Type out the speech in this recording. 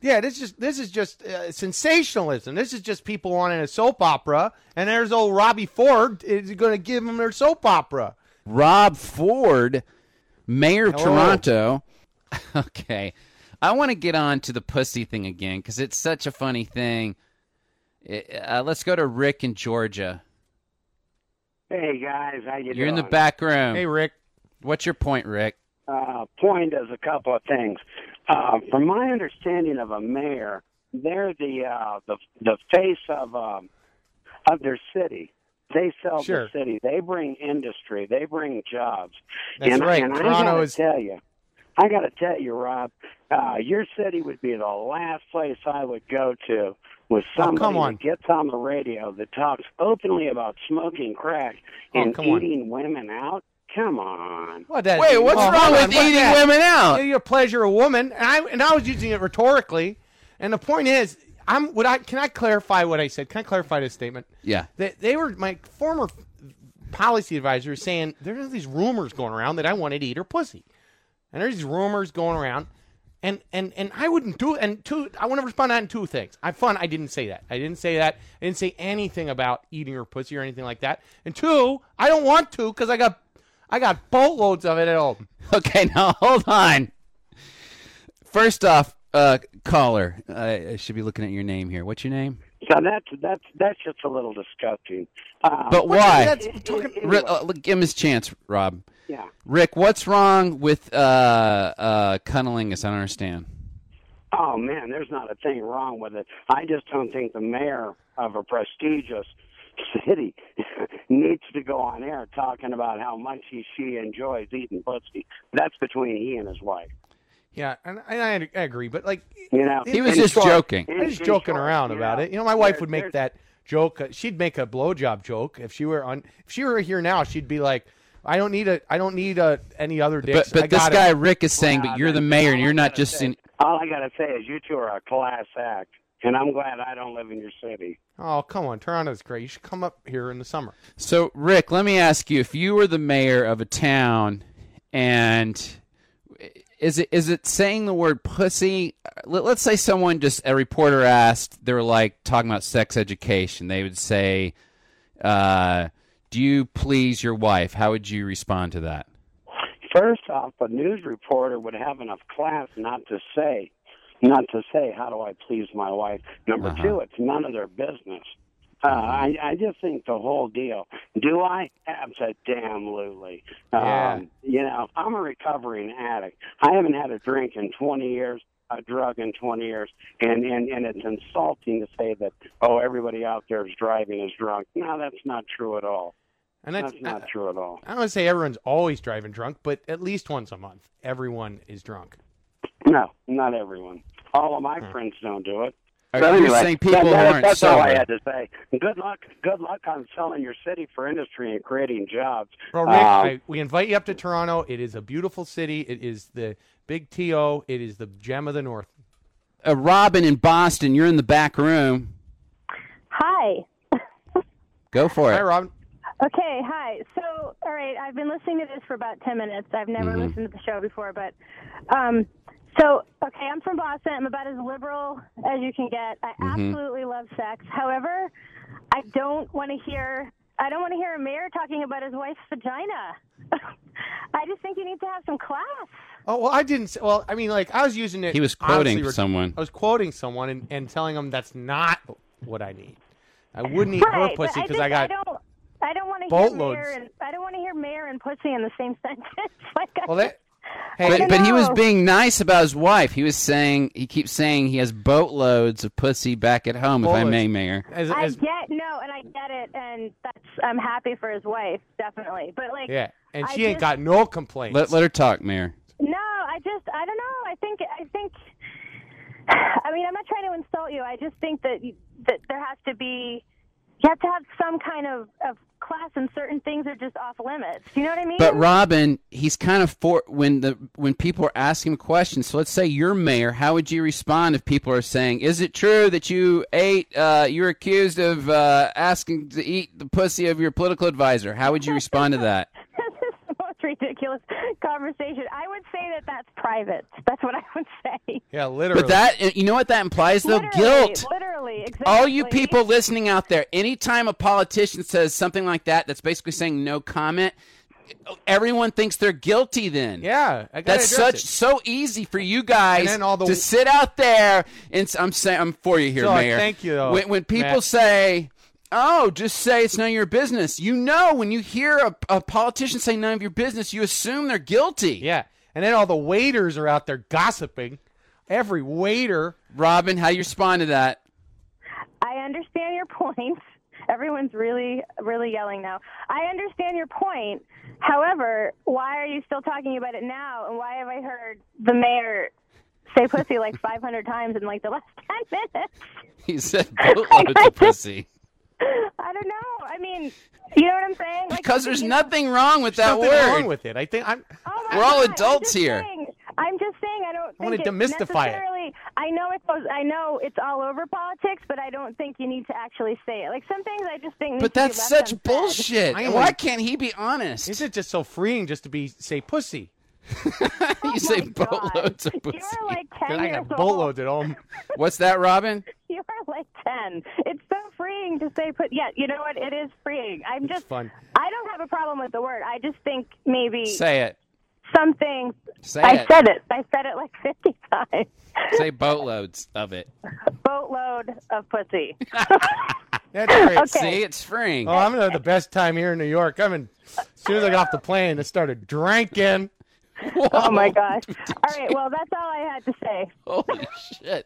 Yeah, this is this is just uh, sensationalism. This is just people wanting a soap opera, and there's old Robbie Ford is going to give them their soap opera. Rob Ford, mayor of Hello. Toronto. Okay. I want to get on to the pussy thing again because it's such a funny thing. It- uh, let's go to Rick in Georgia. Hey guys, how you You're in the doing? back room. Hey, Rick. What's your point, Rick? Uh, point is a couple of things. Uh, from my understanding of a mayor, they're the uh, the the face of um, of their city. They sell Sure. the city. They bring industry. They bring jobs. That's and, right. And I Toronto gotta is- tell you, I got to tell you, Rob, uh, your city would be the last place I would go to with Oh, come somebody on. that gets on the radio that talks openly about smoking crack Oh, and come on. eating women out. Come on. What that- Wait, what's Oh, wrong hold with on. What eating that- women out? Yeah, you pleasure a woman, and I and I was using it rhetorically. And the point is, I'm. Would I? Can I clarify what I said? Can I clarify this statement? Yeah. They, they were my former policy advisor was saying there's these rumors going around that I wanted to eat her pussy, and there's these rumors going around, and and and I wouldn't do and two I want to respond to that in two things. I fun I didn't say that I didn't say that I didn't say anything about eating her pussy or anything like that. And two, I don't want to because I got I got boatloads of it at home. Okay, now hold on. First off, uh, caller, I I should be looking at your name here. What's your name? So that's that's that's just a little disgusting. Uh, But why? That's talking- Ri- uh, look, give him his chance, Rob. yeah. Rick, what's wrong with uh, uh, cunnilingus? I don't understand. Oh man, there's not a thing wrong with it. I just don't think the mayor of a prestigious city needs to go on air talking about how much he she enjoys eating pussy. That's between he and his wife. Yeah, and, and I, I agree, but like You know. He was In just short- joking. in- I was in joking short, around you about know, it. You know, my wife there- would there's- make that joke. uh, She'd make a blowjob joke if she were on. If she were here now, she'd be like, "I don't need a. I don't need a any other dicks. But but I this got guy it. Rick is saying, Wow, but you're the man. mayor, All and I you're not gotta just say- in. All I gotta say is you two are a class act, and I'm glad I don't live in your city. Oh come on, Toronto's great. You should come up here in the summer. So Rick, let me ask you: If you were the mayor of a town, and is it is it saying the word pussy? Let, let's say someone just a reporter asked, they were like talking about sex education. They would say, uh, "Do you please your wife?" How would you respond to that? First off, a news reporter would have enough class not to say, not to say, how do I please my wife? Number Uh-huh. two, it's none of their business. Uh, I, I just think the whole deal. Do I? Absolutely. Yeah. Um, you know, I'm a recovering addict. I haven't had a drink in 20 years, a drug in 20 years, and, and, and it's insulting to say that, oh, everybody out there is driving is drunk. No, that's not true at all. And that's, That's not true at all. I, I don't want to say everyone's always driving drunk, but at least once a month, everyone is drunk. No, not everyone. All of my friends don't do it. Hmm. Are But you anyway, saying people that- that- aren't that's all I sober? had to say. Good luck. Good luck on selling your city for industry and creating jobs. Well, Rick, Um, I, we invite you up to Toronto. It is a beautiful city. It is the big TO. It is the gem of the north. Uh, Robin in Boston, you're in the back room. Hi. Go for it. Hi, Robin. Okay, hi. So, all right, I've been listening to this for about 10 minutes. I've never Mm-hmm. listened to the show before, but um so, okay, I'm from Boston. I'm about as liberal as you can get. I Mm-hmm. absolutely love sex. However, I don't want to hear I don't want to hear a mayor talking about his wife's vagina. I just think you need to have some class. Oh well, I didn't. Say, well, I mean, like I was using it. He was quoting honestly, someone. I was quoting someone and, and telling him that's not what I need. I wouldn't eat her right, pussy because because I, got. I don't I don't want to hear boatloads. mayor and I don't want to hear mayor and pussy in the same sentence. like I well, that. Hey, I But, don't but he was know. being nice about his wife. He was saying he keeps saying he has boatloads of pussy back at home. If I Boatloads. may, Mayor. as, I as, get no, and I get it, and that's I'm happy for his wife, definitely. But like, yeah, and I she ain't just- got no complaints. Let, let her talk, Mayor. no, I just I don't know. I think I think. I mean, I'm not trying to insult you. I just think that you, that there has to be you have to have some kind of of class, and certain things are just off limits. You know what I mean? But Robin, he's kind of for when the when people are asking him questions. So let's say you're mayor. How would you respond if people are saying, "Is it true that you ate? Uh, you're accused of uh, asking to eat the pussy of your political advisor"? How would you respond to that? this is the most ridiculous ridiculous conversation. I would say that that's private. That's what I would say. Yeah, literally. But that, you know what that implies though? literally, Guilt. Literally, exactly. All you people listening out there, anytime a politician says something like that, that's basically saying no comment, everyone thinks they're guilty then. yeah, I gotta That's address such it. so easy for you guys And then all the- to sit out there and s- I'm saying I'm for you here, So I Mayor. thank you, though, When, when people Matt. say, "Oh, just say it's none of your business," you know, when you hear a, a politician say none of your business, you assume they're guilty. Yeah, and then all the waiters are out there gossiping. Every waiter. Robin, how do you respond to that? I understand your point. Everyone's really, really yelling now. I understand your point. However, why are you still talking about it now? And why have I heard the mayor say pussy like 500 times in like the last 10 minutes? He said boatloads of pussy. I don't know. I mean, you know what I'm saying? Like, Because there's you- nothing wrong with that Nothing word. wrong with it. I think I'm. Oh my We're all God, I'm adults just here. saying- I'm just saying I don't. I wanna think it demystify it. necessarily- I know it goes. I know it's all over politics, but I don't think you need to actually say it. Like some things, I just think. need to but be that's left such unsaid. bullshit. I am Why like- can't he be honest? Isn't it just so freeing just to be say pussy? you Oh say my God. boatloads of pussy. You're like 'Cause ten I years got old. boatloads at home. What's that, Robin? You're like ten. It's so freeing to say. Put yeah. You know what? It is freeing. I'm It's just. fun. I don't have a problem with the word. I just think maybe Say it. something. Say I it. said it. I said it like fifty times. Say boatloads of it. Boatload of pussy. That's great. Okay. See, it's freeing. Oh, I'm gonna have the best time here in New York. I'm in. As soon as I got off the plane, I started drinking. Oh my gosh. All right. Well, that's all I had to say. Holy shit.